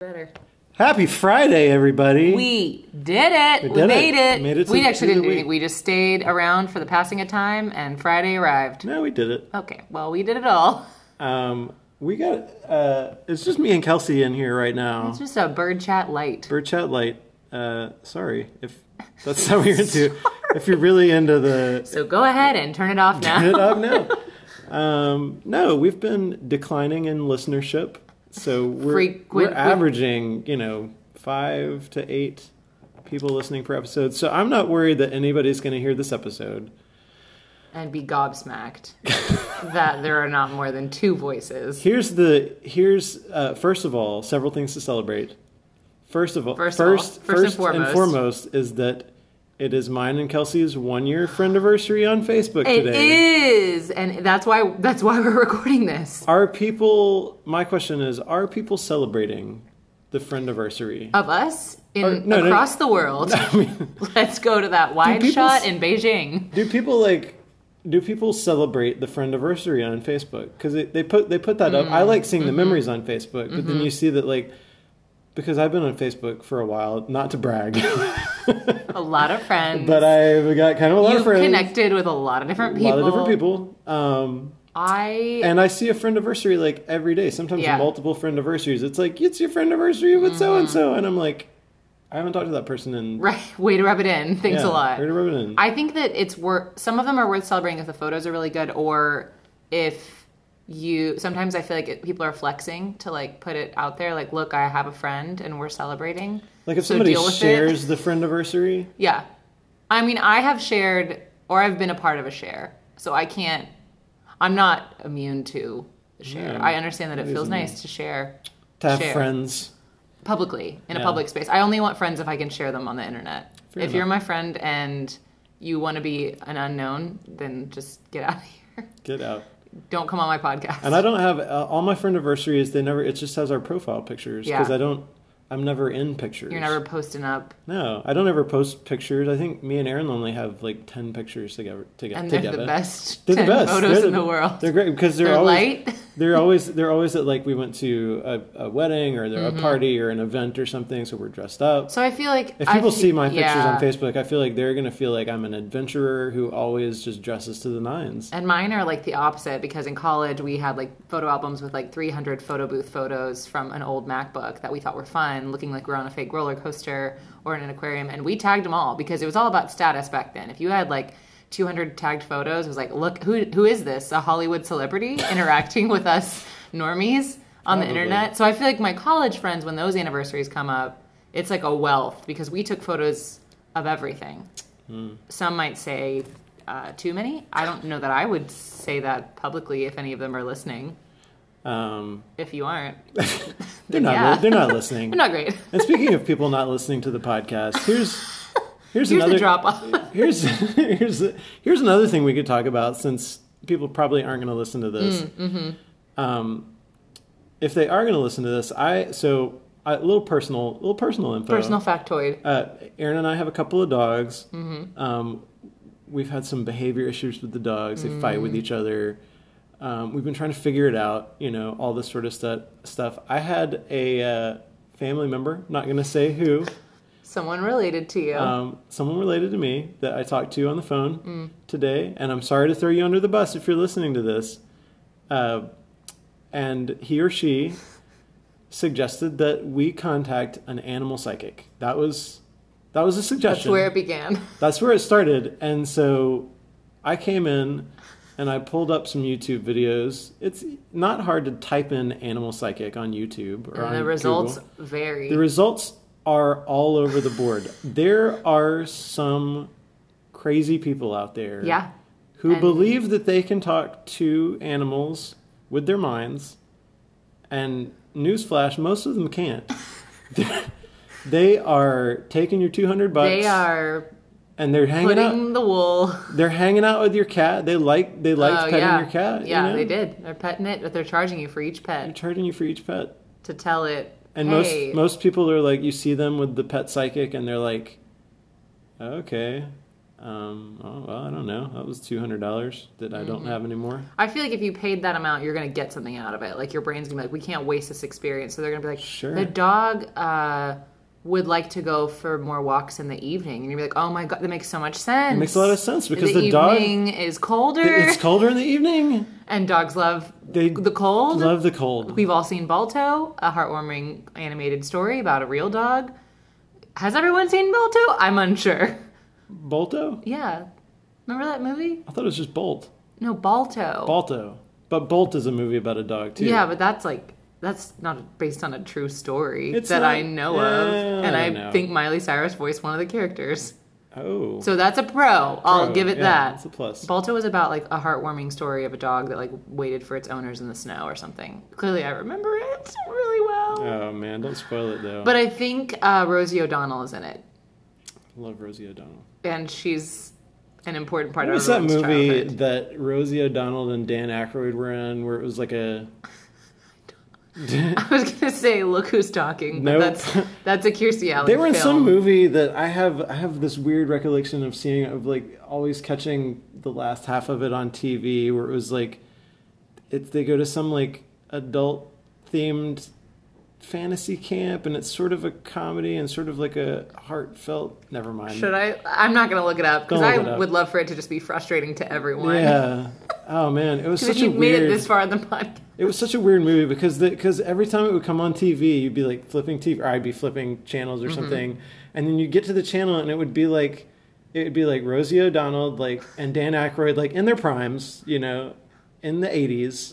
Better. Happy Friday, everybody. We did it. We, did it. made it. We made it to We the- actually to the didn't do week. anything. We just stayed around for the passing of time, and Friday arrived. no, we did it. Okay. Well, we did it all. Um, we got uh, it's just me and Kelsey in here right now. It's just a bird chat light. Bird chat light. Uh, sorry if that's how you're into. If you're really into the So go ahead and turn it off turn it now. up now. Um, no, we've been declining in listenership, so we're Frequent- we're averaging you know five to eight people listening per episode. So I'm not worried that anybody's going to hear this episode. and be gobsmacked that there are not more than two voices. Here's the here's uh, first of all several things to celebrate. First of all, First of all, first and foremost. foremost is that it is mine and Kelsey's one year friendiversary on Facebook It today. is, and that's why that's why we're recording this. Are people? My question is: Are people celebrating the friendiversary? Of us in Or- Oh, no, no. across the world. I mean, Let's go to that wide people shot s- in Beijing. do people like? Do people celebrate the friendiversary on Facebook? Because they put they put that up. Mm-hmm. I like seeing the memories on Facebook, but then you see that like because I've been on Facebook for a while. Not to brag. A lot of friends. But I've got kind of a lot you of friends, connected with a lot of different a people. lot of different people. Um, I and I see a friend anniversary like every day. Sometimes Yeah. Mm-hmm. multiple friend anniversaries. It's like it's your friend anniversary with so and so, and I'm like, I haven't talked to that person in right way to rub it in. Thanks yeah, a lot. we're gonna rub it in. I think that it's worth. Some of them are worth celebrating if the photos are really good, or if you. Sometimes I feel like it, people are flexing to like put it out there. Like, look, I have a friend, and we're celebrating. like if so somebody deal with it. shares the friend anniversary, Yeah, I mean, I have shared, or I've been a part of a share, so I can't. I'm not immune to the share. Yeah. I understand that it feels isn't nice to share to have Share. friends. publicly in a Yeah. public space. I only want friends if I can share them on the internet. Fair if enough. you're my friend and you want to be an unknown, then just get out of here. Get out. Don't come on my podcast. And I don't have uh, all my friend anniversaries. They never. It just has our profile pictures because Yeah. I don't. I'm never in pictures. you're never posting up, No, I don't ever post pictures. I think me and Aaron only have like ten pictures together. toge- and they're together. the best They're the 10 best photos They're in the world. They're great because they're, They're always light. they're always they're always at like we went to a, a wedding or they're Mm-hmm. a party or an event or something, so we're dressed up. So I feel like If I people fe- see my pictures yeah. on Facebook, I feel like they're gonna feel like I'm an adventurer who always just dresses to the nines. And mine are like the opposite because in college we had like photo albums with like 300 photo booth photos from an old MacBook that we thought were fun, looking like we were on a fake roller coaster or in an aquarium. And we tagged them all because it was all about status back then. If you had like 200 tagged photos, it was like, look, who who is this? A Hollywood celebrity interacting with us normies on the Probably. internet. So I feel like my college friends, when those anniversaries come up, it's like a wealth because we took photos of everything Hmm. some might say uh, too many. I don't know that I would say that publicly if any of them are listening. Um, If you aren't, they're not Yeah. li- they're not listening. I'm not great. and speaking of people not listening to the podcast, here's Here's here's, another the drop off. here's here's here's another thing we could talk about since people probably aren't going to listen to this. Um, if they are going to listen to this, I so a little personal, little personal info. Personal factoid. Uh, Aaron and I have a couple of dogs. Um, we've had some behavior issues with the dogs. They fight with each other. Um, we've been trying to figure it out. You know, all this sort of stuff. Stuff. I had a uh, family member, not going to say who Someone related to you. um, someone related to me that I talked to on the phone Mm. today, and I'm sorry to throw you under the bus if you're listening to this. Uh, and he or she suggested that we contact an animal psychic. That was that was a That's suggestion. where it began. That's where it started. And so I came in and I pulled up some YouTube videos. It's not hard to type in animal psychic on YouTube or on And the results Google. vary. The results are all over the board. there are some crazy people out there yeah. who and- believe that they can talk to animals with their minds, and newsflash, most of them can't. they are taking your 200 bucks They are and they're hanging out putting the wool. Oh, they're hanging out with your cat they like they like petting yeah. your cat you Yeah, know? they did. They're petting it, but they're charging you for each they're pet charging you for each pet to tell it. And hey, most most people are like, you see them with the pet psychic, and they're like, okay, Um, oh, well, I don't know. That was two hundred dollars that I Mm-hmm. don't have anymore. I feel like if you paid that amount, you're going to get something out of it. Like your brain's going to be like, we can't waste this experience. So they're going to be like, Sure. the dog uh, would like to go for more walks in the evening, and you're like, oh my god, that makes so much sense. It makes a lot of sense because the, the dog- evening is colder, It- It's colder in the evening. and dogs love They the cold. Love the cold. We've all seen Balto, a heartwarming animated story about a real dog. Has everyone seen Balto? I'm unsure. Bolto? Yeah, remember that movie? I thought it was just Bolt. No, Balto. Balto. But Bolt is a movie about a dog too. Yeah, but that's like that's not based on a true story It's that not- I know Yeah, of, and I I don't know. think Miley Cyrus voiced one of the characters. Oh. So that's a pro. I'll Pro, give it yeah, that. It's a plus. Balto was about like a heartwarming story of a dog that like waited for its owners in the snow or something. Clearly, I remember it really well. Oh man, don't spoil it though. But I think uh, Rosie O'Donnell is in it, Love Rosie O'Donnell. and she's an important part What of was that everyone's movie childhood. that Rosie O'Donnell and Dan Aykroyd were in where it was like a I was gonna say, look who's talking. Nope. But that's that's a Kirstie Alley. They were in some film. movie that I have I have this weird recollection of seeing of like always catching the last half of it on TV where it was like it they go to some like adult themed fantasy camp and it's sort of a comedy and sort of like a heartfelt never mind. Should I? I'm not gonna look it up because Don't I look it up. would love for it to just be frustrating to everyone. Yeah. Oh man, it was 'Cause if such a you've made weird it this far in the podcast, It was such a weird movie because because every time it would come on TV, you'd be like flipping TV, or I'd be flipping channels or something, and then you'd get to the channel and it would be like it would be like Rosie O'Donnell like and Dan Aykroyd like in their primes, you know, in the eighties.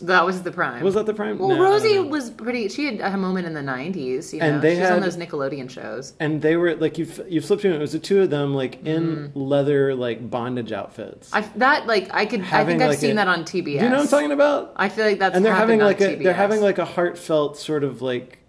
that was the prime. Was that the prime? well, No, I don't Rosie know. was pretty. She had a moment in the '90s. You know, And they she was on had- those Nickelodeon shows. and they were like you you flipped to it. It was the two of them like in leather like bondage outfits. I that like I could. I Having, think I've like, seen a- that on TBS. Do you know what I'm talking about? I feel like that's and they're having happened like on a TBS. they're having like a heartfelt sort of like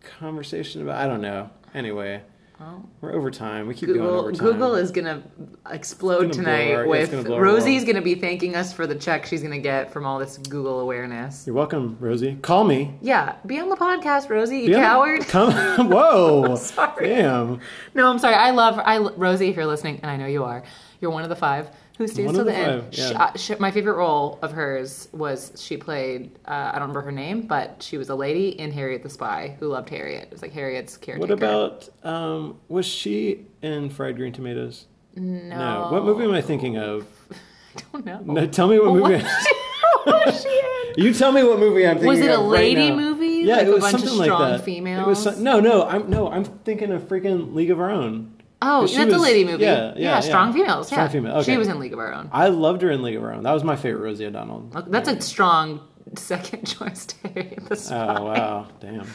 conversation about I don't know. Anyway, Well. we're over time. We keep going Google over time. Google is gonna explode It's gonna blow tonight our- yeah, with it's gonna blow our Rosie's world. gonna be thanking us for the check she's gonna get from all this Google awareness. You're welcome, Rosie. Call me. Yeah, be on the podcast, Rosie. You Yeah. coward. Come. Whoa. sorry. Damn. No, I'm sorry. I love I Rosie. If you're listening, and I know you are, you're one of the five who stays One till of the, the end. five, She- yeah. uh, she- my favorite role of hers was she played uh, I don't remember her name, but she was a lady in Harriet the Spy who loved Harriet. It was like Harriet's caretaker. What about um was she in Fried Green Tomatoes? no? What movie am I thinking of? I don't know. No, tell me what What movie. was she in? You tell me what movie I'm thinking Was it a of right lady now. movie? uh, Yeah, Like it a was bunch of something like strong that. It was females? some- no, no, I'm no, I'm thinking of freaking League of Our Own. Oh, But she that's a was- lady movie. yeah, yeah, yeah. strong females. Strong yeah. female, okay. She was in League of Her Own. I loved her in League of Her Own. That was my favorite Rosie O'Donnell. Look, That's a strong second choice to Harriet the Spy. Oh wow, damn.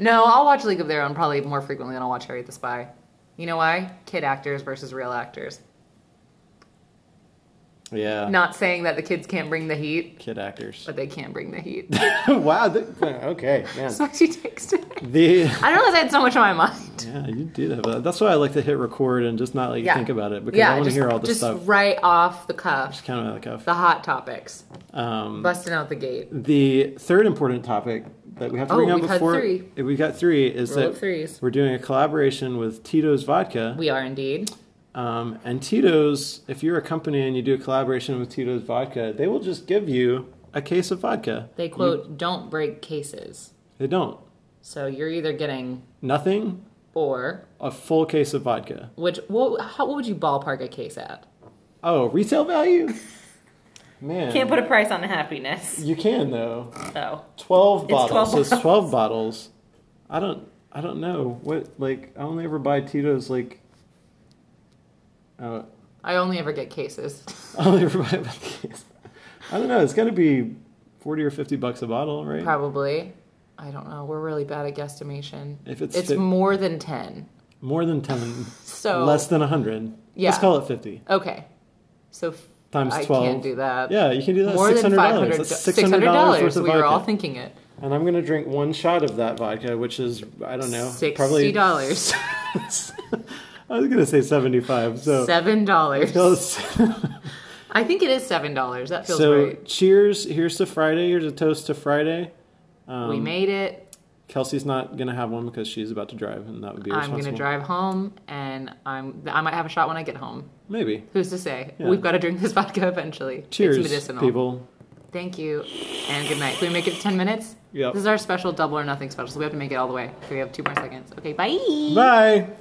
No, I'll watch League of Their Own probably more frequently than I'll watch Harriet the Spy. You know why? Kid actors versus real actors. Yeah. Not saying that the kids can't bring the heat, Kid actors. but they can bring the heat. wow. th- uh, okay. Man. so she takes it. The I don't know if I had so much on my mind. yeah, you did have that. That's why I like to hit record and just not let you Yeah. think about it because yeah, I want to just- hear all this just stuff. right off the cuff, Just kind of out of the the cuff. hot topics, Um, busting out the gate. the third important topic that we have to Oh, bring up we've had before eh, three. we've got three is Roll that up threes. we're doing a collaboration with Tito's Vodka. We are indeed. Um, and Tito's, if you're a company and you do a collaboration with Tito's Vodka, they will just give you a case of vodka. They quote, "Don't break cases." They don't. So you're either getting Nothing. or A full case of vodka. which what, how, what would you ballpark a case at? Oh, retail value? Man. put a price on happiness. you can though. So Twelve It's bottles. 12 It's twelve bottles. I don't I don't know. What like I only ever buy Tito's like oh, I only ever get cases. I only ever buy a case. I don't know, it's gotta be forty or fifty bucks a bottle, right? Probably. I don't know. We're really bad at guesstimation. If it's it's fi- more than ten. More than ten. So Less than hundred. Yeah. Let's call it fifty. Okay. So f- Times I twelve. can't do that. Yeah, you can do that. More $600. than five hundred That's $600 worth dollars. of We were all vodka. thinking it. And I'm gonna drink one shot of that vodka, which is I don't know, Sixty probably dollars. I was gonna say seventy-five. So, Seven dollars. so, I think it is seven dollars. That feels so right. cheers! Here's to Friday. Here's a toast to Friday. we made it. Kelsey's not gonna have one because she's about to drive, and that would be I'm irresponsible. going to drive home, and I'm I might have a shot when I get home. Maybe. Who's to say? Yeah. We've got to drink this vodka eventually. Cheers, it's medicinal. people. Thank you, and good night. Can we make it ten minutes? Yep. This is our special double or nothing special, so we have to make it all the way. Okay, we have two more seconds. Okay, bye. Bye.